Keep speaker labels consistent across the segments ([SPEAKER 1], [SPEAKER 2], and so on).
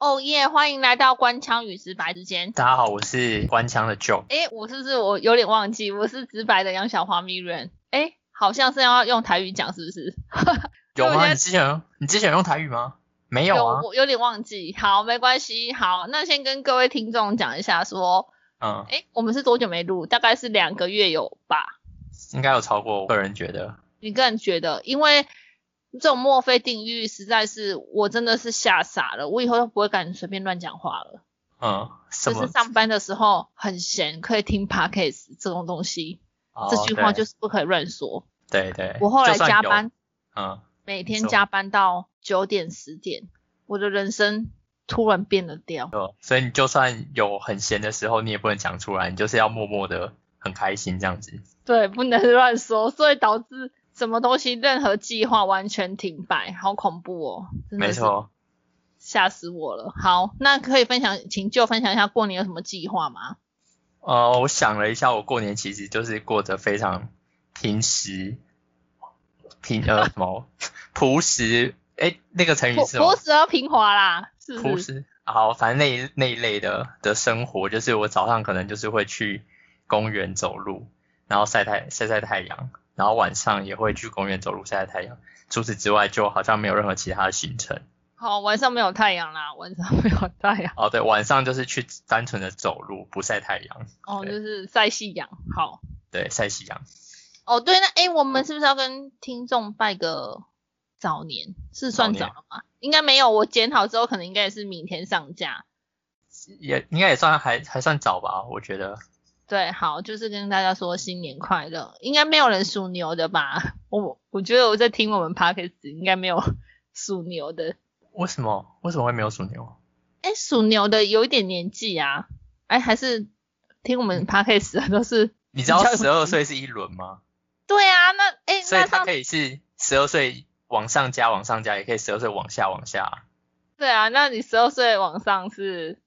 [SPEAKER 1] 哦耶！欢迎来到官腔与直白之间。
[SPEAKER 2] 大家好，我是官腔的 Joe。
[SPEAKER 1] 诶，我是不是我有点忘记？我是直白的杨小花咪人。诶，好像是要用台语讲，是不是？
[SPEAKER 2] 有
[SPEAKER 1] 我觉
[SPEAKER 2] 吗？
[SPEAKER 1] 得
[SPEAKER 2] 你之前有你之前有用台语吗？没有啊。
[SPEAKER 1] 我有点忘记。好，没关系。好，那先跟各位听众讲一下说，
[SPEAKER 2] 嗯，
[SPEAKER 1] 诶，我们是多久没录？大概是两个月有吧？
[SPEAKER 2] 应该有超过。我个人觉得，
[SPEAKER 1] 你个人觉得？因为这种墨菲定律实在是，我真的是吓傻了。我以后都不会敢随便乱讲话了。
[SPEAKER 2] 嗯，什
[SPEAKER 1] 就
[SPEAKER 2] 么
[SPEAKER 1] 是？上班的时候很闲，可以听 podcast 这种东西。
[SPEAKER 2] 哦
[SPEAKER 1] 这句话
[SPEAKER 2] 对
[SPEAKER 1] 就是不可以乱说。
[SPEAKER 2] 对对。
[SPEAKER 1] 我后来
[SPEAKER 2] 就算
[SPEAKER 1] 加
[SPEAKER 2] 有
[SPEAKER 1] 班，，
[SPEAKER 2] 嗯，
[SPEAKER 1] 每天
[SPEAKER 2] 错
[SPEAKER 1] 加班到九点十点，我的人生突然变了调。
[SPEAKER 2] 有，所以你就算有很闲的时候，你也不能讲出来，你就是要默默的很开心这样子。
[SPEAKER 1] 对，不能乱说，所以导致什么东西任何计划完全停摆，好恐怖哦！真
[SPEAKER 2] 没
[SPEAKER 1] 的是
[SPEAKER 2] 错，
[SPEAKER 1] 吓死我了。好，那可以分享，请就分享一下过年有什么计划吗？
[SPEAKER 2] 呃，我想了一下，我过年其实就是过着非常平时平呃什么 朴实，哎，那个成语
[SPEAKER 1] 朴
[SPEAKER 2] 是什么
[SPEAKER 1] 朴？实而平滑啦，是
[SPEAKER 2] 朴
[SPEAKER 1] 不是？
[SPEAKER 2] 实，好，反正那一那一类的的生活，就是我早上可能就是会去公园走路，然后晒太晒晒太阳，然后晚上也会去公园走路晒晒太阳。除此之外，就好像没有任何其他的行程。
[SPEAKER 1] 好，晚上没有太阳啦，晚上没有太阳，
[SPEAKER 2] 哦，对，晚上就是去单纯的走路，不晒太阳，
[SPEAKER 1] 哦，就
[SPEAKER 2] 对
[SPEAKER 1] 是晒夕阳。好，
[SPEAKER 2] 对，晒夕阳。
[SPEAKER 1] 哦，对，那诶，我们是不是要跟听众拜个早年？是算
[SPEAKER 2] 早
[SPEAKER 1] 早
[SPEAKER 2] 年
[SPEAKER 1] 了吗？应该没有，我剪好之后可能应该也是明天上架。
[SPEAKER 2] 也应该也算还还算早吧，我觉得。
[SPEAKER 1] 对，好，就是跟大家说新年快乐。应该没有人属牛的吧？我我觉得我在听我们 podcast 应该没有 属牛的。
[SPEAKER 2] 为什么为什么会没有属牛？
[SPEAKER 1] 诶，属牛的有一点年纪啊，诶，还是听我们 podcast 的都是。
[SPEAKER 2] 你知道
[SPEAKER 1] 比较有
[SPEAKER 2] 十二岁是一轮吗？
[SPEAKER 1] 对啊，那诶，
[SPEAKER 2] 所以
[SPEAKER 1] 那
[SPEAKER 2] 它
[SPEAKER 1] 上
[SPEAKER 2] 可以是十二岁往上加往上加，也可以十二岁往下往下啊、
[SPEAKER 1] 对啊，那你十二岁往上是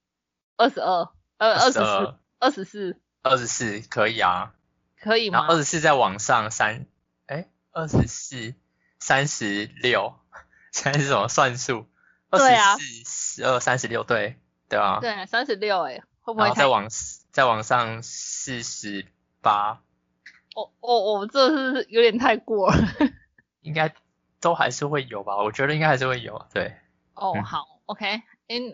[SPEAKER 1] 二十二，呃，二十四，二十四。
[SPEAKER 2] 二十四可以啊，
[SPEAKER 1] 可以
[SPEAKER 2] 然
[SPEAKER 1] 吗
[SPEAKER 2] 后？二十四再往上三，哎，二十四、三十六，现在是什么算术？二
[SPEAKER 1] 对啊
[SPEAKER 2] 十四、十二、三十六，对对啊，
[SPEAKER 1] 对，三十六哎，会不
[SPEAKER 2] 然
[SPEAKER 1] 会
[SPEAKER 2] 后
[SPEAKER 1] 太？
[SPEAKER 2] 再
[SPEAKER 1] 我
[SPEAKER 2] 往再往上四十八，
[SPEAKER 1] 我我、这是有点太过
[SPEAKER 2] 嗯
[SPEAKER 1] 了。
[SPEAKER 2] 应该都还是会有吧？我觉得应该还是会有，啊对，
[SPEAKER 1] 哦，
[SPEAKER 2] 嗯
[SPEAKER 1] 好，OK，哎、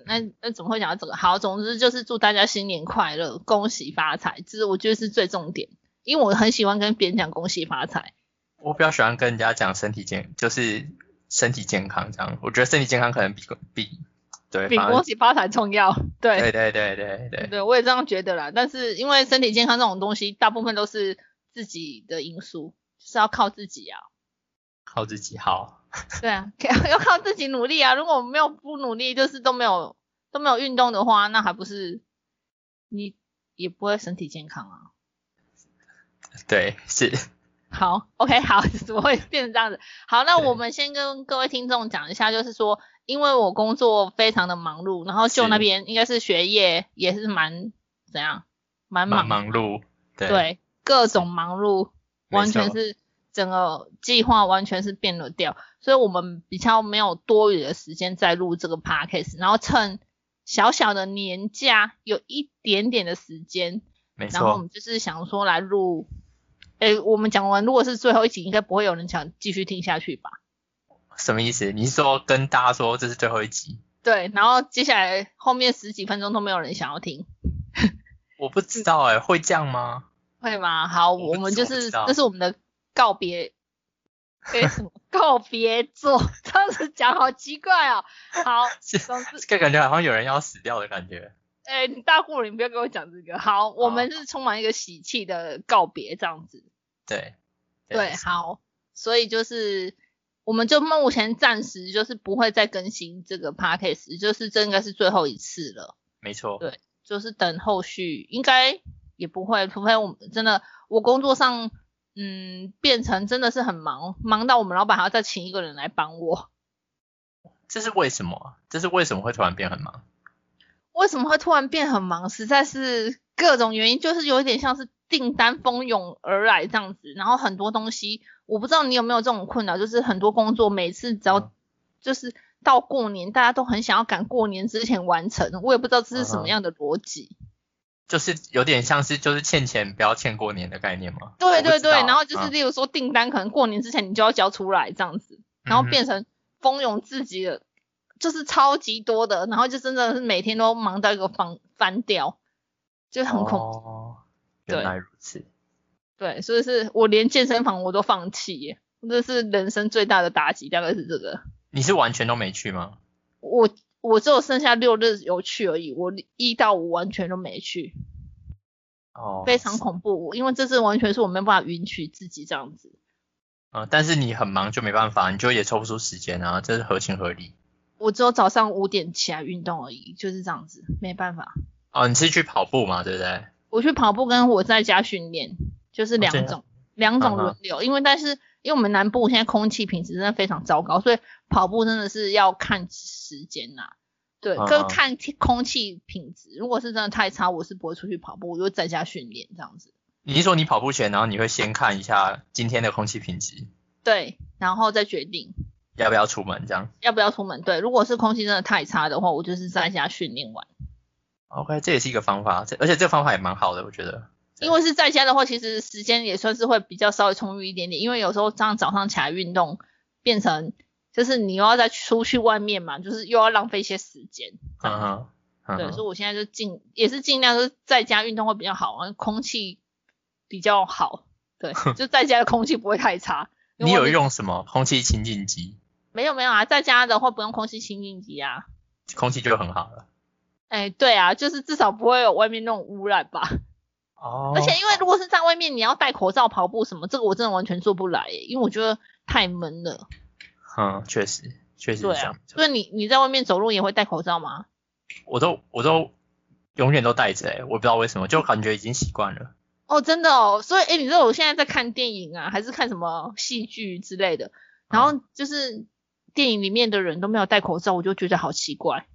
[SPEAKER 1] 那那怎么会讲到这个？好，总之就是祝大家新年快乐，恭喜发财，这是我觉得是最重点，因为我很喜欢跟别人讲恭喜发财。
[SPEAKER 2] 我比较喜欢跟人家讲身体健，就是身体健康这样，我觉得身体健康可能比比对，
[SPEAKER 1] 比
[SPEAKER 2] 反而
[SPEAKER 1] 恭喜发财重要。对
[SPEAKER 2] 对对对对对，
[SPEAKER 1] 对，我也这样觉得啦。但是因为身体健康这种东西，大部分都是自己的因素，就是要靠自己啊。
[SPEAKER 2] 靠自己好。
[SPEAKER 1] 对啊， 要靠自己努力啊！如果我们没有不努力，就是都没有都没有运动的话，那还不是你也不会身体健康啊。
[SPEAKER 2] 对，是，
[SPEAKER 1] 好，OK，好， 怎么会变成这样子？好，那
[SPEAKER 2] 对
[SPEAKER 1] 我们先跟各位听众讲一下，就是说，因为我工作非常的忙碌，然后
[SPEAKER 2] 是
[SPEAKER 1] 就那边应该是学业也是蛮怎样，蛮
[SPEAKER 2] 蛮
[SPEAKER 1] 忙，
[SPEAKER 2] 忙碌，对，
[SPEAKER 1] 对，各种忙碌，
[SPEAKER 2] 没
[SPEAKER 1] 完全
[SPEAKER 2] 错
[SPEAKER 1] 是整个计划完全是变了调，所以我们比较没有多余的时间再录这个 podcast，然后趁小小的年假有一点点的时间，
[SPEAKER 2] 没
[SPEAKER 1] 然后我
[SPEAKER 2] 错，
[SPEAKER 1] 们就是想说来录，诶，我们讲完如果是最后一集，应该不会有人想继续听下去吧？
[SPEAKER 2] 什么意思？你是说跟大家说这是最后一集？
[SPEAKER 1] 对，然后接下来后面十几分钟都没有人想要听，
[SPEAKER 2] 我不知道哎、会这样吗？
[SPEAKER 1] 会吗？好，
[SPEAKER 2] 我不
[SPEAKER 1] 我们就
[SPEAKER 2] 我不
[SPEAKER 1] 是
[SPEAKER 2] 知道
[SPEAKER 1] 这是我们的告别，诶，什么告别作？这样子讲好奇怪哦。好，
[SPEAKER 2] 是
[SPEAKER 1] 总之，
[SPEAKER 2] 这个感觉好像有人要死掉的感觉。
[SPEAKER 1] 诶，你大顾，你不要跟我讲这个。好，我们是充满一个喜气的告别，这样子。
[SPEAKER 2] 对，
[SPEAKER 1] 对，好，所以就是我们就目前暂时就是不会再更新这个 podcast，就是这应该是最后一次了。
[SPEAKER 2] 没错，
[SPEAKER 1] 对就是等后续应该也不会，除非我们真的我工作上嗯变成真的是很忙，忙到我们老板还要再请一个人来帮我。
[SPEAKER 2] 这是为什么啊？这是为什么会突然变很忙？
[SPEAKER 1] 为什么会突然变很忙？实在是各种原因，就是有一点像是订单蜂拥而来这样子，然后很多东西，我不知道你有没有这种困扰，就是很多工作每次只要
[SPEAKER 2] 嗯
[SPEAKER 1] 就是到过年大家都很想要赶过年之前完成，我也不知道这是什么样的逻辑。
[SPEAKER 2] 就是有点像是就是欠钱不要欠过年的概念嘛。
[SPEAKER 1] 对
[SPEAKER 2] 我不
[SPEAKER 1] 对
[SPEAKER 2] 知
[SPEAKER 1] 对，
[SPEAKER 2] 道
[SPEAKER 1] 然后就是
[SPEAKER 2] 嗯
[SPEAKER 1] 例如说订单可能过年之前你就要交出来这样子，然后变成蜂拥自己的，就是超级多的，然后就真的是每天都忙到一个翻翻掉，就很恐怖。
[SPEAKER 2] 哦，
[SPEAKER 1] 对
[SPEAKER 2] 原来如此。
[SPEAKER 1] 对，所以是我连健身房我都放弃耶，这是人生最大的打击，大概是这个。
[SPEAKER 2] 你是完全都没去吗？
[SPEAKER 1] 我我只有剩下六日有去而已，我一到五完全都没去，
[SPEAKER 2] 哦，
[SPEAKER 1] 非常恐怖，因为这次完全是我没办法允许自己这样子。
[SPEAKER 2] 嗯，但是你很忙就没办法，你就也抽不出时间啊，这是合情合理。
[SPEAKER 1] 我只有早上五点起来运动而已，就是这样子，没办法。
[SPEAKER 2] 哦，你是去跑步嘛，对不对？
[SPEAKER 1] 我去跑步跟我在家训练就是两
[SPEAKER 2] 哦这样
[SPEAKER 1] 种、两种
[SPEAKER 2] 嗯哼
[SPEAKER 1] 轮流，因为但是因为我们南部现在空气品质真的非常糟糕，所以跑步真的是要看时间呐、对，
[SPEAKER 2] 嗯
[SPEAKER 1] 跟
[SPEAKER 2] 哼
[SPEAKER 1] 看气空气品质。如果是真的太差，我是不会出去跑步，我就在家训练这样子。
[SPEAKER 2] 你是说你跑步前，然后你会先看一下今天的空气品质，
[SPEAKER 1] 对，然后再决定
[SPEAKER 2] 要不要出门这样
[SPEAKER 1] 要不要出门。对，如果是空气真的太差的话，我就是在家训练完。
[SPEAKER 2] ？OK，这也哦是一个方法，这而且这个方法也蛮好的，我觉得。对
[SPEAKER 1] 因为是在家的话，其实时间也算是会比较稍微充裕一点点，因为有时候这样早上起来运动，变成就是你又要再出去外面嘛，就是又要浪费一些时间。
[SPEAKER 2] 嗯哼，嗯
[SPEAKER 1] 对，
[SPEAKER 2] 哼
[SPEAKER 1] 所以我现在就尽也是尽量就是在家运动会比较好，然后空气比较好， 对，就在家的空气不会太差。因为
[SPEAKER 2] 你
[SPEAKER 1] 外
[SPEAKER 2] 有
[SPEAKER 1] 面？
[SPEAKER 2] 用什么空气清净机？
[SPEAKER 1] 没有没有啊，在家的话不用空气清净机啊。
[SPEAKER 2] 空气就很好了。
[SPEAKER 1] 哎，对啊，就是至少不会有外面那种污染吧。
[SPEAKER 2] 哦
[SPEAKER 1] 而且因为如果是在外面，你要戴口罩跑步什么，这个我真的完全做不来耶，因为我觉得太闷了。
[SPEAKER 2] 嗯，确实，确实是
[SPEAKER 1] 对
[SPEAKER 2] 这样
[SPEAKER 1] 啊
[SPEAKER 2] 没，错。
[SPEAKER 1] 所以你你在外面走路也会戴口罩吗？
[SPEAKER 2] 我都我都永远都戴着哎、我不知道为什么，就感觉已经习惯了。
[SPEAKER 1] 哦，真的哦，所以哎，你知道我现在在看电影啊，还是看什么戏剧之类的，然后就是电影里面的人都没有戴口罩，我就觉得好奇怪。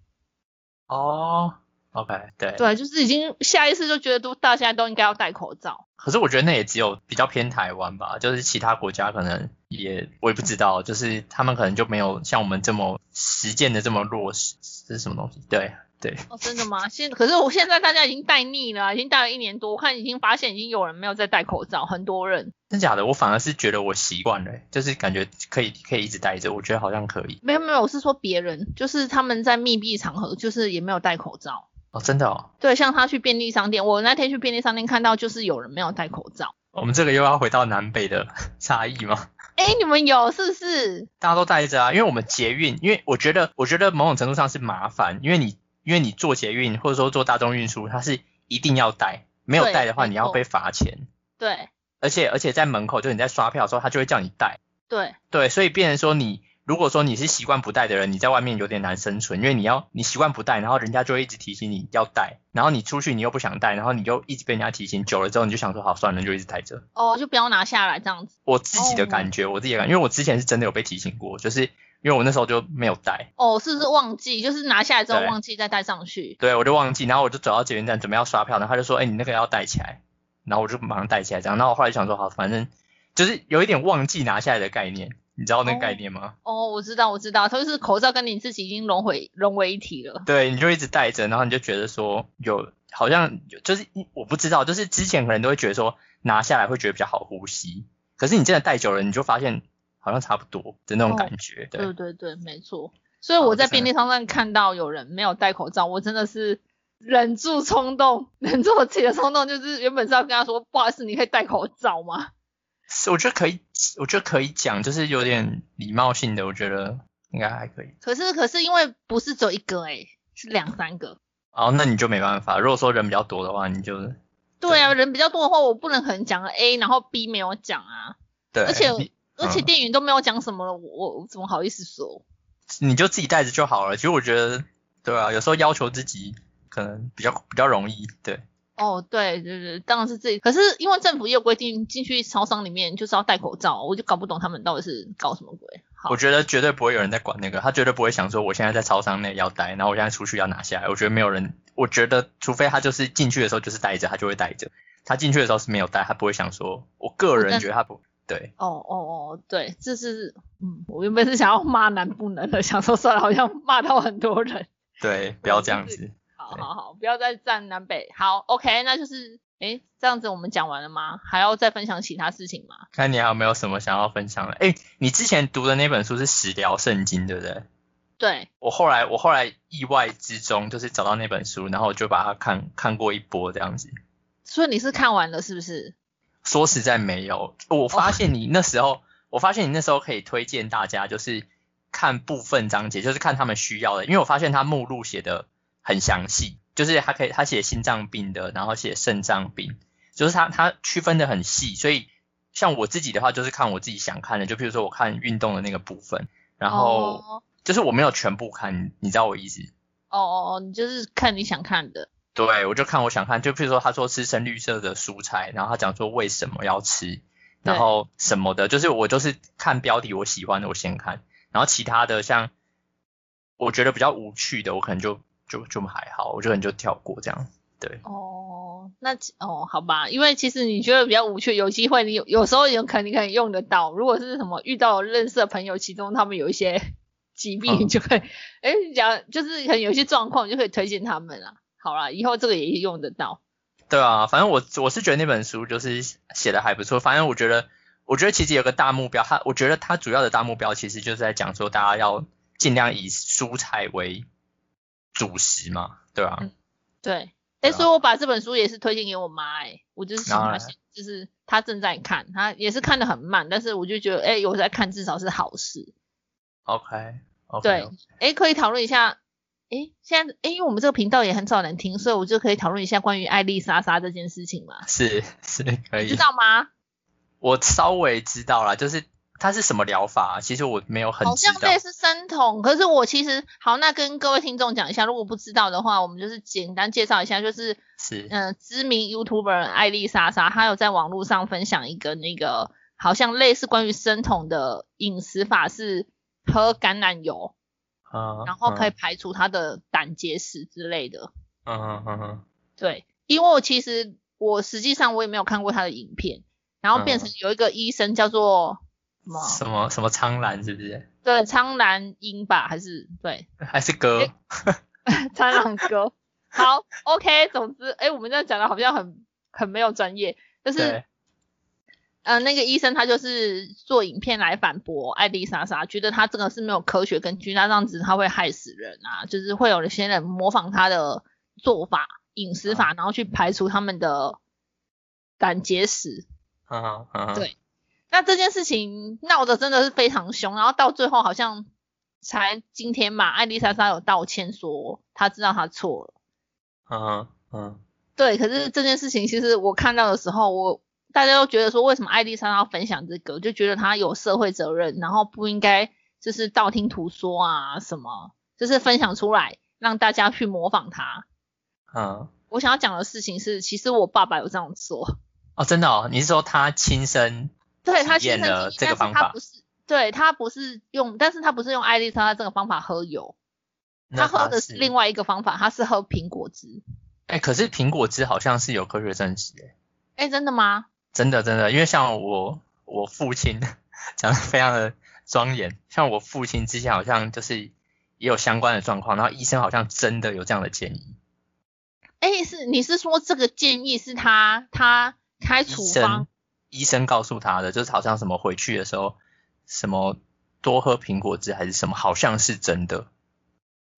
[SPEAKER 2] 哦，OK，对。
[SPEAKER 1] 对，啊就是已经下意识就觉得都大家都应该要戴口罩。
[SPEAKER 2] 可是我觉得那也只有比较偏台湾吧，就是其他国家可能也我也不知道，就是他们可能就没有像我们这么实践的这么落实，这是什么东西？对对，
[SPEAKER 1] 哦，真的吗？现可是我现在大家已经戴腻了啊，已经戴了一年多，我看已经发现已经有人没有在戴口罩，很多人。
[SPEAKER 2] 真假的？我反而是觉得我习惯了欸、就是感觉可以可以一直戴着，我觉得好像可以
[SPEAKER 1] 没有没有，我是说别人，就是他们在密闭场合，就是也没有戴口罩。
[SPEAKER 2] 哦，真的哦。
[SPEAKER 1] 对，像他去便利商店，我那天去便利商店看到，就是有人没有戴口罩。
[SPEAKER 2] 我们这个又要回到南北的 差异吗？
[SPEAKER 1] 哎，你们有是不是？
[SPEAKER 2] 大家都戴着啊，因为我们捷运，因为我觉得我觉得某种程度上是麻烦，因为你因为你坐捷运或者说坐大众运输，它是一定要戴，没有
[SPEAKER 1] 对
[SPEAKER 2] 戴的话
[SPEAKER 1] 没
[SPEAKER 2] 你要
[SPEAKER 1] 错
[SPEAKER 2] 被罚钱。
[SPEAKER 1] 对
[SPEAKER 2] 而且而且在门口，就是你在刷票的时候，他就会叫你带。
[SPEAKER 1] 对，
[SPEAKER 2] 对，所以变成说你如果说你是习惯不带的人，你在外面有点难生存，因为你要你习惯不带，然后人家就会一直提醒你要带，然后你出去你又不想带，然后你就一直被人家提醒，久了之后你就想说好算了，就一直带着。
[SPEAKER 1] 哦，就不要拿下来这样子。
[SPEAKER 2] 我自己的感觉，我自己的感觉，因为我之前是真的有被提醒过，就是因为我那时候就没有带，
[SPEAKER 1] 哦，是不是忘记？就是拿下来之后
[SPEAKER 2] 对
[SPEAKER 1] 忘记再戴上去。
[SPEAKER 2] 对我就忘记，然后我就走到捷运站准备要刷票，然后他就说，哎、你那个要带起来，然后我就马上带起来这样，然后我后来想说好，反正就是有一点忘记拿下来的概念，你知道那个概
[SPEAKER 1] 哦
[SPEAKER 2] 念吗？
[SPEAKER 1] 哦，我知道我知道，它就是口罩跟你自己已经融为融为一体了。
[SPEAKER 2] 对，你就一直戴着，然后你就觉得说有好像有就是我不知道，就是之前可能都会觉得说拿下来会觉得比较好呼吸，可是你真的戴久了，你就发现好像差不多的
[SPEAKER 1] 哦
[SPEAKER 2] 那种感觉。
[SPEAKER 1] 对
[SPEAKER 2] 对，
[SPEAKER 1] 对对，没错。所以
[SPEAKER 2] 好
[SPEAKER 1] 我在
[SPEAKER 2] 这
[SPEAKER 1] 便利商店看到有人没有戴口罩，我真的是忍住冲动，忍住我自己的冲动，就是原本是要跟他说，不好意思，你可以戴口罩吗？
[SPEAKER 2] 是我觉得可以，我觉得可以讲，就是有点礼貌性的，我觉得应该还可以。
[SPEAKER 1] 可是可是因为不是只有一个诶、是两三个。
[SPEAKER 2] 哦，那你就没办法，如果说人比较多的话，你就
[SPEAKER 1] 对啊，人比较多的话，我不能可能讲了 A，然后 B 没有讲啊，
[SPEAKER 2] 对，
[SPEAKER 1] 而且
[SPEAKER 2] 你
[SPEAKER 1] 而且
[SPEAKER 2] 嗯
[SPEAKER 1] 店员都没有讲什么了，我我我怎么好意思说？
[SPEAKER 2] 你就自己戴着就好了。其实我觉得，对啊，有时候要求自己可能比较比较容易，对。
[SPEAKER 1] 哦，对对对，当然是自己。可是因为政府也有规定，进去超商里面就是要戴口罩，我就搞不懂他们到底是搞什么鬼。好
[SPEAKER 2] 我，觉得绝对不会有人在管那个，他绝对不会想说我现在在超商内要戴，然后我现在出去要拿下来。我觉得没有人，我觉得除非他就是进去的时候就是戴着，他就会戴着。他进去的时候是没有戴，他不会想说。我个
[SPEAKER 1] 我真
[SPEAKER 2] 人觉得他不，对，
[SPEAKER 1] 哦哦哦，对，这是嗯，我原本是想要骂男不能的，想说算了，好像骂到很多人。
[SPEAKER 2] 对，不要这样子。
[SPEAKER 1] 好
[SPEAKER 2] 对
[SPEAKER 1] 好好，不要再站南北。好，OK，那就是诶，这样子我们讲完了吗？还要再分享其他事情吗？
[SPEAKER 2] 看你还有没有什么想要分享的？哎、你之前读的那本书是《食疗圣经》，对不对？
[SPEAKER 1] 对，
[SPEAKER 2] 我后来我后来意外之中就是找到那本书，然后我就把它看看过一波这样子。
[SPEAKER 1] 所以你是看完了是不是？
[SPEAKER 2] 说实在没有，我发现你那时候，我发现你那时候可以推荐大家就是看部分章节，就是看他们需要的，因为我发现他目录写的很详细，就是他可以他写心脏病的，然后写肾脏病，就是他他区分的很细，所以像我自己的话，就是看我自己想看的，就譬如说我看运动的那个部分，然后
[SPEAKER 1] 哦
[SPEAKER 2] 就是我没有全部看，你你知道我意思？
[SPEAKER 1] 哦哦哦，你就是看你想看的。
[SPEAKER 2] 对，我就看我想看，就譬如说他说吃深绿色的蔬菜，然后他讲说为什么要吃，然
[SPEAKER 1] 对
[SPEAKER 2] 后什么的，就是我就是看标题我喜欢的我先看，然后其他的像我觉得比较无趣的，我可能就就就还好，我就可能就跳过这样。对，
[SPEAKER 1] 哦，那其哦，好吧，因为其实你觉得比较无趣，有机会你有有时候有可能你可以用得到。如果是什么遇到认识的朋友，其中他们有一些 疾病，
[SPEAKER 2] 嗯
[SPEAKER 1] 你就会哎讲，就是可能有一些状况，你就可以推荐他们啦。好啦，以后这个也用得到。
[SPEAKER 2] 对啊，反正我我是觉得那本书就是写的还不错，反正我觉得我觉得其实有个大目标，它我觉得它主要的大目标其实就是在讲说大家要尽量以蔬菜为主食嘛，对啊。
[SPEAKER 1] 嗯对，哎、
[SPEAKER 2] 对啊
[SPEAKER 1] 所以我把这本书也是推荐给我妈、诶我就是请
[SPEAKER 2] 当
[SPEAKER 1] 她
[SPEAKER 2] 然
[SPEAKER 1] 先，就是她正在看，她也是看的很慢，但是我就觉得，哎、有在看至少是好事。
[SPEAKER 2] OK OK，
[SPEAKER 1] 对哎，可以讨论一下。哎，现在哎，因为我们这个频道也很少人听，所以我就可以讨论一下关于艾丽莎莎这件事情嘛，
[SPEAKER 2] 是是可
[SPEAKER 1] 你知
[SPEAKER 2] 以。
[SPEAKER 1] 道吗？
[SPEAKER 2] 我稍微知道啦，就是它是什么疗法、啊其实我没有很
[SPEAKER 1] 好
[SPEAKER 2] 知
[SPEAKER 1] 像
[SPEAKER 2] 道
[SPEAKER 1] 类。似生酮，可是我其实好，那跟各位听众讲一下，如果不知道的话，我们就是简单介绍一下，就是
[SPEAKER 2] 是
[SPEAKER 1] 嗯、呃知名 YouTuber 艾丽莎莎，她有在网络上分享一个那个好像类似关于生酮的饮食法是喝橄榄油，
[SPEAKER 2] 嗯，
[SPEAKER 1] 然后可以排除她的胆结石之类的。
[SPEAKER 2] 嗯嗯嗯嗯
[SPEAKER 1] 对，因为我其实我实际上我也没有看过他的影片，然后变成有一个医生叫做嗯什么
[SPEAKER 2] 嗯，？什么什么苍兰是不是？
[SPEAKER 1] 对，苍兰英吧，还是对
[SPEAKER 2] 还是哥？
[SPEAKER 1] 苍兰哥？ 好，OK，总之，哎，我们这样讲的好像很很没有专业，就是
[SPEAKER 2] 对，
[SPEAKER 1] 呃，那个医生他就是做影片来反驳艾丽莎莎，觉得她这个是没有科学根据，那这样子他会害死人啊，就是会有一些人模仿他的做法、饮食法，然后去排除他们的胆结石。
[SPEAKER 2] 嗯嗯嗯，嗯
[SPEAKER 1] 对那这件事情闹得真的是非常凶，然后到最后好像才今天嘛，艾丽莎莎有道歉说她知道她错了。
[SPEAKER 2] 嗯嗯
[SPEAKER 1] 对，可是这件事情其实我看到的时候，我大家都觉得说为什么艾丽莎莎要分享这个，就觉得她有社会责任，然后不应该就是道听途说啊什么，就是分享出来让大家去模仿她。
[SPEAKER 2] 嗯，
[SPEAKER 1] 我想要讲的事情是，其实我爸爸有这样做。
[SPEAKER 2] 哦，真的哦，你是说他亲身？
[SPEAKER 1] 对他
[SPEAKER 2] 体
[SPEAKER 1] 亲
[SPEAKER 2] 验
[SPEAKER 1] 身经
[SPEAKER 2] 了
[SPEAKER 1] 历
[SPEAKER 2] 这个
[SPEAKER 1] 但是
[SPEAKER 2] 方
[SPEAKER 1] 他
[SPEAKER 2] 法
[SPEAKER 1] 不是，对他不是用，但是他不是用艾丽莎莎这个方法喝油，他
[SPEAKER 2] 那
[SPEAKER 1] 喝的是
[SPEAKER 2] 是
[SPEAKER 1] 另外一个方法，他是喝苹果汁。
[SPEAKER 2] 哎，可是苹果汁好像是有科学证实的，
[SPEAKER 1] 哎，真的吗？
[SPEAKER 2] 真的真的，因为像我我父亲讲的非常的庄严，像我父亲之前好像就是也有相关的状况，然后医生好像真的有这样的建议，
[SPEAKER 1] 哎，是你是说这个建议是他他开处
[SPEAKER 2] 医
[SPEAKER 1] 方
[SPEAKER 2] 生医生告诉他的，就是好像什么回去的时候什么多喝苹果汁还是什么，好像是真的，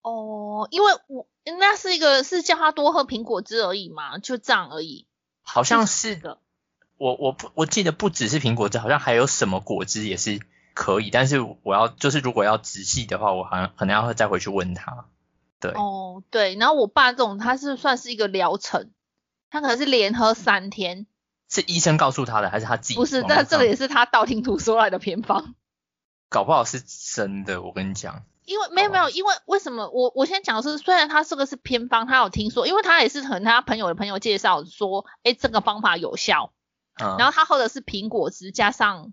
[SPEAKER 1] 哦？因为我那是一个是叫他多喝苹果汁而已嘛，就这样而已。
[SPEAKER 2] 好像
[SPEAKER 1] 这
[SPEAKER 2] 是
[SPEAKER 1] 个
[SPEAKER 2] 我我不我记得不只是苹果汁，好像还有什么果汁也是可以，但是我要就是如果要仔细的话，我好像可能要再回去问他，对，
[SPEAKER 1] 哦，对，然后我爸这种他是算是一个疗程，他可能是连喝三天，
[SPEAKER 2] 是医生告诉他的还是他自己
[SPEAKER 1] 不
[SPEAKER 2] 网络
[SPEAKER 1] 是，
[SPEAKER 2] 上？
[SPEAKER 1] 但这个也是他道听途说来的偏方。
[SPEAKER 2] 搞不好是真的，我跟你讲，
[SPEAKER 1] 因为没有没有，因为为什么我我先讲的是，虽然他这个是偏方，他有听说，因为他也是很他朋友的朋友介绍说，哎，这个方法有效，
[SPEAKER 2] 嗯，
[SPEAKER 1] 然后他喝的是苹果汁加上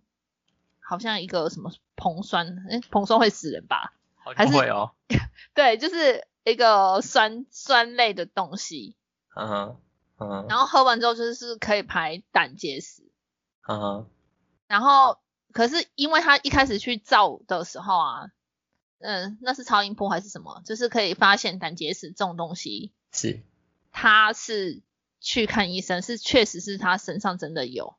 [SPEAKER 1] 好像一个什么硼酸，哎，硼酸会死人吧？
[SPEAKER 2] 后
[SPEAKER 1] 还是
[SPEAKER 2] 会哦，
[SPEAKER 1] 对，就是一个酸酸类的东西，
[SPEAKER 2] 嗯嗯
[SPEAKER 1] 然后喝完之后就是可以排胆结石。
[SPEAKER 2] 嗯，
[SPEAKER 1] 然后可是因为他一开始去照的时候啊，嗯，那是超音波还是什么？就是可以发现胆结石这种东西，
[SPEAKER 2] 是
[SPEAKER 1] 他是去看医生，是确实是他身上真的有。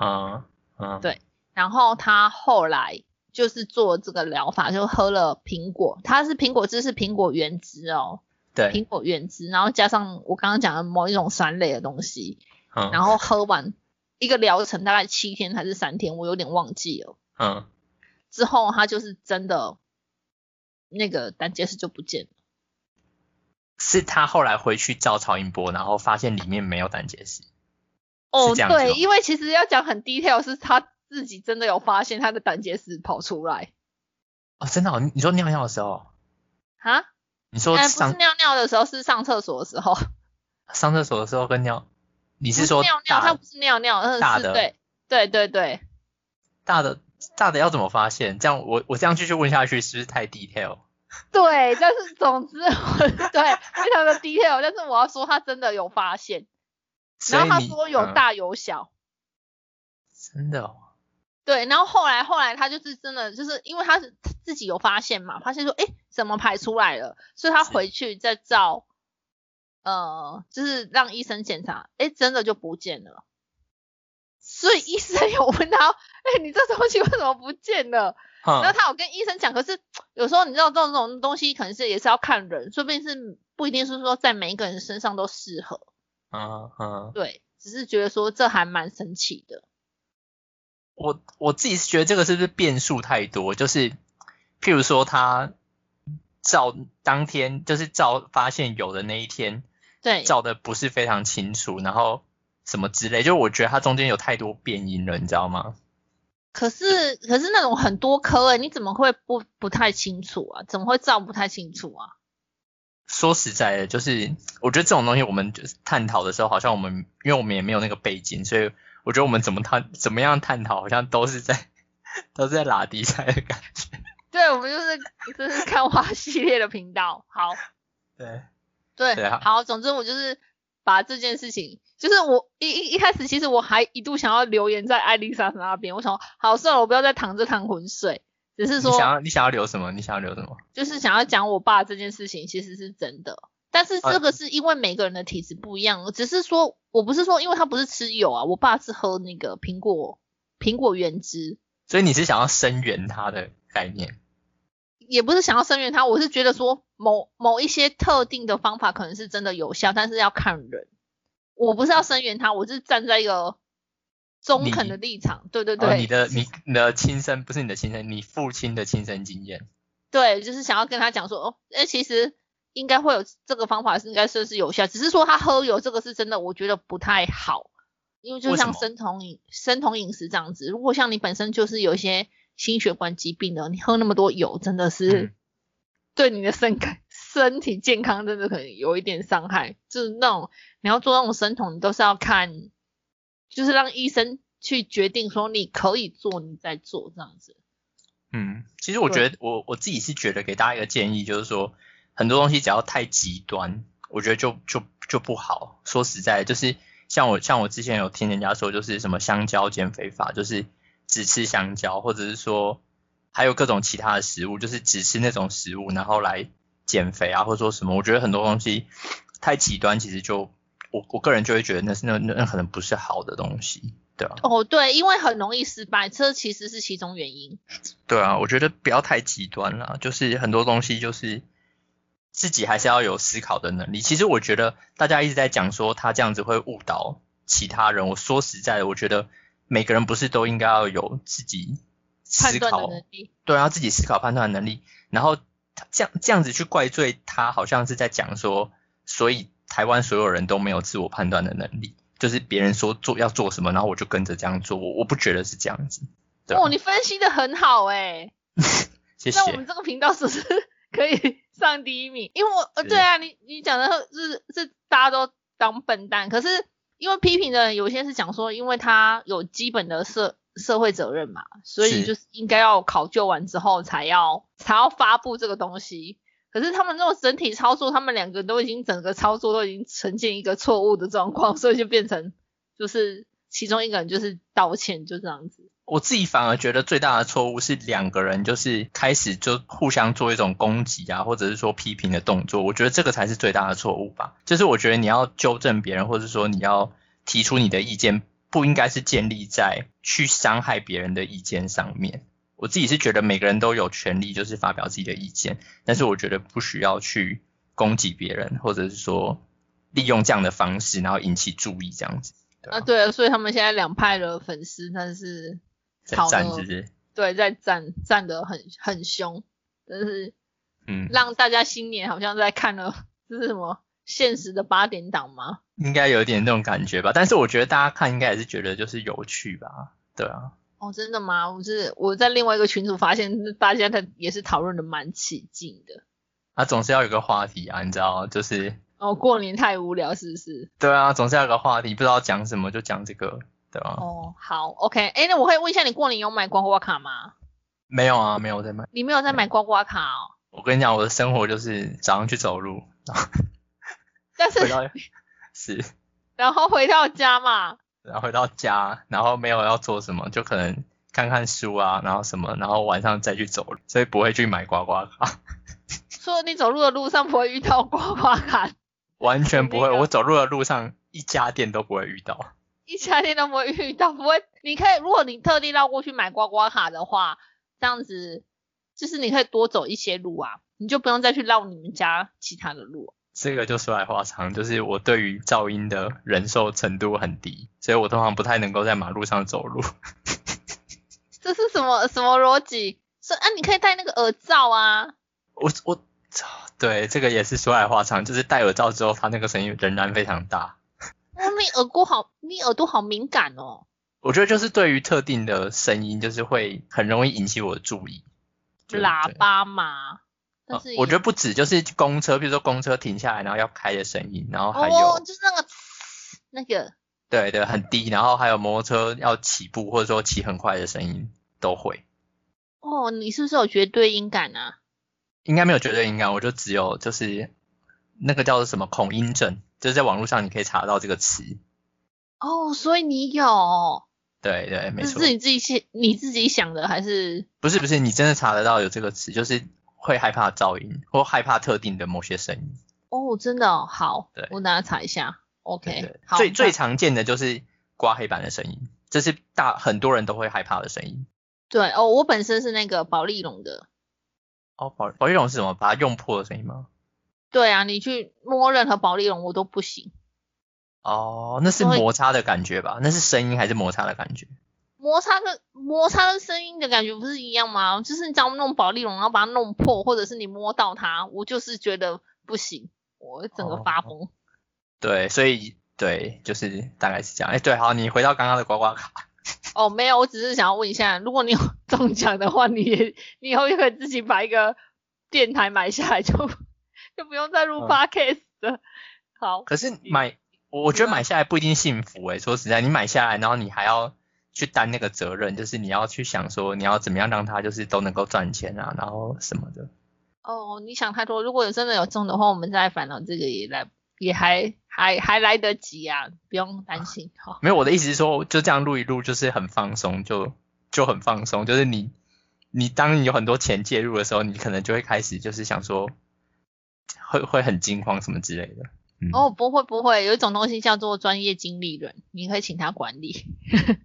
[SPEAKER 2] 嗯嗯，
[SPEAKER 1] 对然后他后来就是做这个疗法，就喝了苹果，他是苹果汁是苹果原汁哦，
[SPEAKER 2] 对，
[SPEAKER 1] 苹果原汁，然后加上我刚刚讲的某一种酸类的东西，
[SPEAKER 2] 嗯
[SPEAKER 1] 然后喝完一个疗程大概七天还是三天，我有点忘记了。
[SPEAKER 2] 嗯，
[SPEAKER 1] 之后他就是真的那个胆结石就不见了，
[SPEAKER 2] 是他后来回去照超音波，然后发现里面没有胆结石。
[SPEAKER 1] 哦，
[SPEAKER 2] 是这样子哦
[SPEAKER 1] 对，因为其实要讲很 detail 是他自己真的有发现他的胆结石跑出来
[SPEAKER 2] 哦，真的、哦？你你说尿尿的时候，
[SPEAKER 1] 啊，
[SPEAKER 2] 你说
[SPEAKER 1] 哎、不
[SPEAKER 2] 上、
[SPEAKER 1] 是尿尿的时候，是上厕所的时候。
[SPEAKER 2] 上厕所的时候跟尿，你
[SPEAKER 1] 不
[SPEAKER 2] 是说
[SPEAKER 1] 尿尿？
[SPEAKER 2] 大
[SPEAKER 1] 它不是尿尿，嗯，
[SPEAKER 2] 大
[SPEAKER 1] 是
[SPEAKER 2] 的
[SPEAKER 1] 对对对对，
[SPEAKER 2] 大的大的要怎么发现？这样我我这样继续问下去是不是太 detail？
[SPEAKER 1] 对，但是总之我 对非常的 detail，但是我要说他真的有发现，
[SPEAKER 2] 所
[SPEAKER 1] 然
[SPEAKER 2] 以
[SPEAKER 1] 后他
[SPEAKER 2] 你
[SPEAKER 1] 说有、
[SPEAKER 2] 嗯
[SPEAKER 1] 大有小，
[SPEAKER 2] 真的、哦，
[SPEAKER 1] 对，然后后来后来他就是真的就是因为他是他自己有发现嘛，发现说诶怎么排出来了，所以他
[SPEAKER 2] 是
[SPEAKER 1] 回去再照，呃，就是让医生检查，诶真的就不见了。所以医生有问他，诶你这东西为什么不见了？
[SPEAKER 2] 哼
[SPEAKER 1] 然后他有跟医生讲，可是有时候你知道这种这种东西，可能是也是要看人，说不定是不一定是说在每一个人身上都适合，
[SPEAKER 2] 嗯嗯，
[SPEAKER 1] 对，只是觉得说这还蛮神奇的。
[SPEAKER 2] 我我自己是觉得这个是不是变数太多？就是譬如说他照当天就是照发现有的那一天
[SPEAKER 1] 对，
[SPEAKER 2] 照的不是非常清楚，然后什么之类，就我觉得它中间有太多变因了，你知道吗？
[SPEAKER 1] 可是可是那种很多科欸诶、你怎么会不不太清楚啊？怎么会照不太清楚啊？
[SPEAKER 2] 说实在的，就是我觉得这种东西，我们就是探讨的时候，好像我们因为我们也没有那个背景，所以我觉得我们怎么探怎么样探讨，好像都是在 都是在拉低赛的感觉。
[SPEAKER 1] 对，我们就是这是看花系列的频道，好，
[SPEAKER 2] 对，
[SPEAKER 1] 对，
[SPEAKER 2] 对啊
[SPEAKER 1] 好，总之我就是把这件事情，就是我一一一开始其实我还一度想要留言在艾丽莎那边，我想好算了，我不要再淌这趟浑水，只是
[SPEAKER 2] 你想
[SPEAKER 1] 说
[SPEAKER 2] 要你想要留什么？你想要留什么？
[SPEAKER 1] 就是想要讲我爸这件事情其实是真的，但是这
[SPEAKER 2] 啊
[SPEAKER 1] 个是因为每个人的体质不一样，只是说我不是说因为他不是吃油啊，我爸是喝那个苹果苹果原汁。
[SPEAKER 2] 所以你是想要声援他的概念？
[SPEAKER 1] 也不是想要声援他，我是觉得说某某一些特定的方法可能是真的有效，但是要看人。我不是要声援他，我是站在一个中肯的立场，对对对，
[SPEAKER 2] 哦你的你你的亲身不是你的亲身，你父亲的亲身经验。
[SPEAKER 1] 对，就是想要跟他讲说，哦，哎、其实应该会有这个方法是应该算是有效，只是说他喝油这个是真的，我觉得不太好，因为就
[SPEAKER 2] 为什
[SPEAKER 1] 像
[SPEAKER 2] 么
[SPEAKER 1] 生酮饮生酮饮食这样子，如果像你本身就是有一些心血管疾病的，你喝那么多油，真的是。
[SPEAKER 2] 嗯
[SPEAKER 1] 对你的身感 身体健康真的可能有一点伤害，就是那种你要做那种生酮，你都是要看，就是让医生去决定说你可以做，你再做这样子。
[SPEAKER 2] 嗯，其实我
[SPEAKER 1] 对
[SPEAKER 2] 觉得我我自己是觉得给大家一个建议，就是说很多东西只要太极端，我觉得就就就不好。说实在，就是像我像我之前有听人家说，就是什么香蕉减肥法，就是只吃香蕉，或者是说还有各种其他的食物，就是只吃那种食物，然后来减肥啊，或者说什么。我觉得很多东西太极端，其实就我我个人就会觉得那是那那那可能不是好的东西，对啊吧、
[SPEAKER 1] 哦，对，因为很容易失败，这其实是其中原因。
[SPEAKER 2] 对啊，我觉得不要太极端啦，就是很多东西就是自己还是要有思考的能力。其实我觉得大家一直在讲说他这样子会误导其他人，我说实在的，我觉得每个人不是都应该要有自己
[SPEAKER 1] 判
[SPEAKER 2] 思
[SPEAKER 1] 断的
[SPEAKER 2] 考，
[SPEAKER 1] 能力，
[SPEAKER 2] 对啊，自己思考判断的能力。然后他这样这样子去怪罪他，好像是在讲说，所以台湾所有人都没有自我判断的能力，就是别人说做要做什么，然后我就跟着这样做，我我不觉得是这样子。对啊
[SPEAKER 1] 哦，你分析的很好哎、
[SPEAKER 2] 谢谢
[SPEAKER 1] 那我。们这个频道是不 是可以上第一名？因为我呃，
[SPEAKER 2] 是
[SPEAKER 1] 对啊，你你讲的是是大家都当笨蛋，可是因为批评的人有些是讲说，因为他有基本的社社会责任嘛，所以
[SPEAKER 2] 是
[SPEAKER 1] 就是应该要考究完之后才要才要发布这个东西。可是他们这种整体操作，他们两个都已经整个操作都已经呈现一个错误的状况，所以就变成就是其中一个人就是道歉，就这样子。
[SPEAKER 2] 我自己反而觉得最大的错误是两个人就是开始就互相做一种攻击啊，或者是说批评的动作，我觉得这个才是最大的错误吧。就是我觉得你要纠正别人，或者说你要提出你的意见，不应该是建立在去伤害别人的意见上面。我自己是觉得每个人都有权利就是发表自己的意见，但是我觉得不需要去攻击别人，或者是说利用这样的方式然后引起注意这样子。对
[SPEAKER 1] 啊，对了，所以他们现在两派的粉丝，但是
[SPEAKER 2] 在
[SPEAKER 1] 吵
[SPEAKER 2] 站
[SPEAKER 1] 得
[SPEAKER 2] 是不是？
[SPEAKER 1] 对在站站得很很凶，但是
[SPEAKER 2] 嗯，
[SPEAKER 1] 让大家新年好像在看了这是什么现实的八点档吗？
[SPEAKER 2] 应该有点那种感觉吧。但是我觉得大家看应该也是觉得就是有趣吧，对啊，
[SPEAKER 1] 哦，真的吗？我是我在另外一个群组发现，大家他也是讨论的蛮起劲的。
[SPEAKER 2] 啊总是要有个话题啊，你知道，就是
[SPEAKER 1] 哦，过年太无聊是不是？
[SPEAKER 2] 对啊，总是要有个话题，不知道讲什么就讲这个，对啊，
[SPEAKER 1] 哦，好，OK，哎，那我可以问一下，你过年有买刮刮卡吗？
[SPEAKER 2] 没有啊，没有在卖。
[SPEAKER 1] 你没有在买刮刮卡哦，
[SPEAKER 2] 我跟你讲，我的生活就是早上去走路，然后
[SPEAKER 1] 但是
[SPEAKER 2] 回到是，
[SPEAKER 1] 然后回到家嘛，
[SPEAKER 2] 然后回到家，然后没有要做什么，就可能看看书啊，然后什么，然后晚上再去走路，所以不会去买刮刮卡，
[SPEAKER 1] 说你走路的路上不会遇到刮刮卡，
[SPEAKER 2] 完全不会。
[SPEAKER 1] 那个
[SPEAKER 2] 我走路的路上一家店都不会遇到。
[SPEAKER 1] 一家店都不会遇到，不会。你可以，如果你特地绕过去买刮刮卡的话，这样子就是你可以多走一些路啊，你就不用再去绕你们家其他的路。
[SPEAKER 2] 这个就说来话长，就是我对于噪音的忍受程度很低，所以我通常不太能够在马路上走路。
[SPEAKER 1] 这是什么什么逻辑？是啊，你可以戴那个耳罩啊。
[SPEAKER 2] 我我对这个也是说来话长，就是戴耳罩之后，它那个声音仍然非常大。
[SPEAKER 1] 哇，你耳朵好，你耳朵好敏感哦。
[SPEAKER 2] 我觉得就是对于特定的声音，就是会很容易引起我的注意。就是
[SPEAKER 1] 喇
[SPEAKER 2] 对
[SPEAKER 1] 叭嘛，但
[SPEAKER 2] 呃
[SPEAKER 1] 是也、
[SPEAKER 2] 我觉得不止，就是公车，比如说公车停下来，然后要开的声音，然后还有、
[SPEAKER 1] 哦，就是那个呲那个
[SPEAKER 2] 对对很低，然后还有摩托车要起步或者说骑很快的声音都会。
[SPEAKER 1] 哦，你是不是有绝对音感啊？
[SPEAKER 2] 应该没有绝对音感，我就只有就是那个叫做什么恐音症，就是在网络上你可以查到这个词。
[SPEAKER 1] 哦，所以你有，
[SPEAKER 2] 对对，没
[SPEAKER 1] 这
[SPEAKER 2] 错
[SPEAKER 1] 是，你自己想你自己想的还是？
[SPEAKER 2] 不是不是，你真的查得到有这个词，就是会害怕噪音或害怕特定的某些声音。
[SPEAKER 1] 哦，真的哦，好
[SPEAKER 2] 对，
[SPEAKER 1] 我等下查一下。OK，
[SPEAKER 2] 对对
[SPEAKER 1] 好，
[SPEAKER 2] 最最
[SPEAKER 1] 那
[SPEAKER 2] 常见的就是刮黑板的声音，这是大很多人都会害怕的声音。
[SPEAKER 1] 对哦，我本身是那个保利龙的。
[SPEAKER 2] 哦，保保育龙是什么？把它用破的声音吗？
[SPEAKER 1] 对啊，你去摸任何保利龙我都不行，
[SPEAKER 2] 哦，那是
[SPEAKER 1] 所以
[SPEAKER 2] 摩擦的感觉吧？那是声音还是摩擦的感觉？
[SPEAKER 1] 摩擦跟摩擦的声音的感觉不是一样吗？就是你只要弄保利龙，然后把它弄破，或者是你摸到它，我就是觉得不行，我整个
[SPEAKER 2] 哦
[SPEAKER 1] 发疯。
[SPEAKER 2] 对，所以对，就是大概是这样。哎，对，好，你回到刚刚的刮刮卡。
[SPEAKER 1] 哦，没有，我只是想要问一下，如果你有 中奖的话，你也你以后就可以自己把一个电台买下来，就 就不用再录
[SPEAKER 2] 嗯
[SPEAKER 1] podcast 了。好，
[SPEAKER 2] 可是买，我我觉得买下来不一定幸福诶、说实在，你买下来，然后你还要去担那个责任，就是你要去想说你要怎么样让它就是都能够赚钱啊，然后什么的。
[SPEAKER 1] 哦，你想太多，如果有真的有中的话，我们再来烦恼这个也来也还还还来得及啊，不用担心。好。
[SPEAKER 2] 没有，我的意思是说，就这样录一录，就是很放松，就就很放松。就是你你当你有很多钱介入的时候，你可能就会开始就是想说，会会很惊慌什么之类的。嗯
[SPEAKER 1] 哦，不会不会，有一种东西叫做专业经理人，你可以请他管理。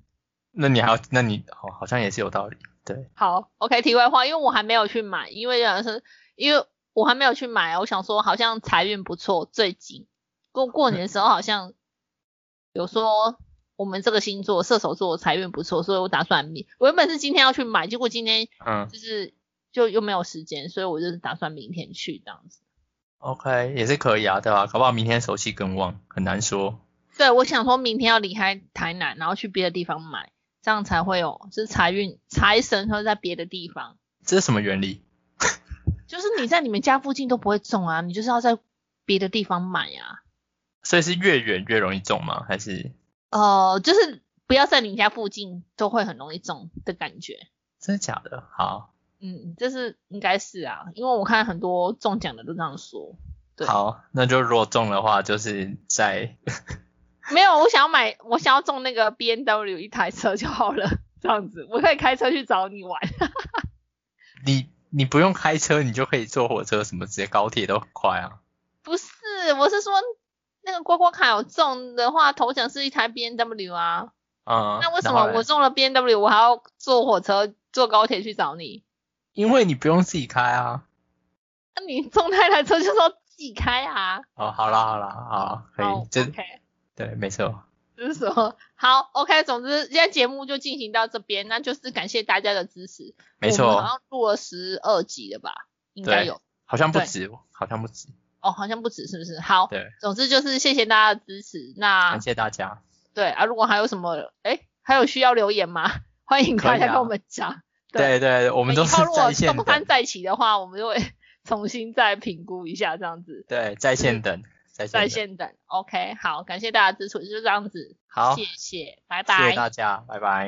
[SPEAKER 2] 那你还要，那你哦，好像也是有道理。对，
[SPEAKER 1] 好，OK，题外话，因为我还没有去买，因为好像是因为我还没有去买，我想说好像财运不错，最近过过年的时候好像有说我们这个星座射手座财运不错，所以我打算明我原本是今天要去买，结果今天
[SPEAKER 2] 嗯
[SPEAKER 1] 就是就又没有时间，所以我就是打算明天去这样子。
[SPEAKER 2] ，OK，也是可以啊，对吧、搞不好明天手气更旺，很难说。
[SPEAKER 1] 对，我想说明天要离开台南，然后去别的地方买，这样才会有，就是财运财神会在别的地方，
[SPEAKER 2] 这是什么原理？
[SPEAKER 1] 就是你在你们家附近都不会中啊，你就是要在别的地方买啊。
[SPEAKER 2] 所以是越远越容易中吗？还是
[SPEAKER 1] 呃，就是不要在你家附近都会很容易中的感觉。
[SPEAKER 2] 真的假的？好，
[SPEAKER 1] 嗯，这是应该是啊，因为我看很多中奖的都这样说。对
[SPEAKER 2] 好，那就如果中的话，就是在
[SPEAKER 1] 没有，我想要买，我想要中那个 B N W 一台车就好了，这样子我可以开车去找你玩。
[SPEAKER 2] 你你不用开车，你就可以坐火车什么，直接高铁都很快啊。
[SPEAKER 1] 不是，我是说那个刮刮卡有中的话，头奖是一台 B N W 啊。
[SPEAKER 2] 嗯，
[SPEAKER 1] 那为什
[SPEAKER 2] 然后
[SPEAKER 1] 么
[SPEAKER 2] 嘞
[SPEAKER 1] 我中了 B N W，我还要坐火车、坐高铁去找你？
[SPEAKER 2] 因为你不用自己开啊。
[SPEAKER 1] 那你中那台车就说自己开啊。
[SPEAKER 2] 哦，好啦好啦，好，可
[SPEAKER 1] 哦好
[SPEAKER 2] 以，这
[SPEAKER 1] OK，
[SPEAKER 2] 对，没错，
[SPEAKER 1] 就是说好 OK，总之今天节目就进行到这边，那就是感谢大家的支持。我
[SPEAKER 2] 没
[SPEAKER 1] 们
[SPEAKER 2] 错，
[SPEAKER 1] 好像录了十二集了吧？应该
[SPEAKER 2] 对
[SPEAKER 1] 有
[SPEAKER 2] 好像不
[SPEAKER 1] 对
[SPEAKER 2] 止，好像不止，
[SPEAKER 1] 哦，好像不止，是不是？好，
[SPEAKER 2] 对，哎
[SPEAKER 1] 总之就是谢谢大家的支持。那
[SPEAKER 2] 感谢大家，
[SPEAKER 1] 对啊，如果还有什么哎，还有需要留言吗？ 欢迎
[SPEAKER 2] 可
[SPEAKER 1] 大
[SPEAKER 2] 以
[SPEAKER 1] 家
[SPEAKER 2] 啊
[SPEAKER 1] 跟我们讲。
[SPEAKER 2] 对对，我
[SPEAKER 1] 我
[SPEAKER 2] 们都
[SPEAKER 1] 以
[SPEAKER 2] 是
[SPEAKER 1] 后如果
[SPEAKER 2] 在线
[SPEAKER 1] 东山
[SPEAKER 2] 等，
[SPEAKER 1] 再起的话，我们就会 重新再评估一下，这样子
[SPEAKER 2] 对，在线等，在
[SPEAKER 1] 在
[SPEAKER 2] 线
[SPEAKER 1] 线
[SPEAKER 2] 等，
[SPEAKER 1] 等。OK，好，感谢大家的支持，就这样子，
[SPEAKER 2] 好，
[SPEAKER 1] 谢
[SPEAKER 2] 谢
[SPEAKER 1] 谢，拜拜。
[SPEAKER 2] 谢大家，拜拜。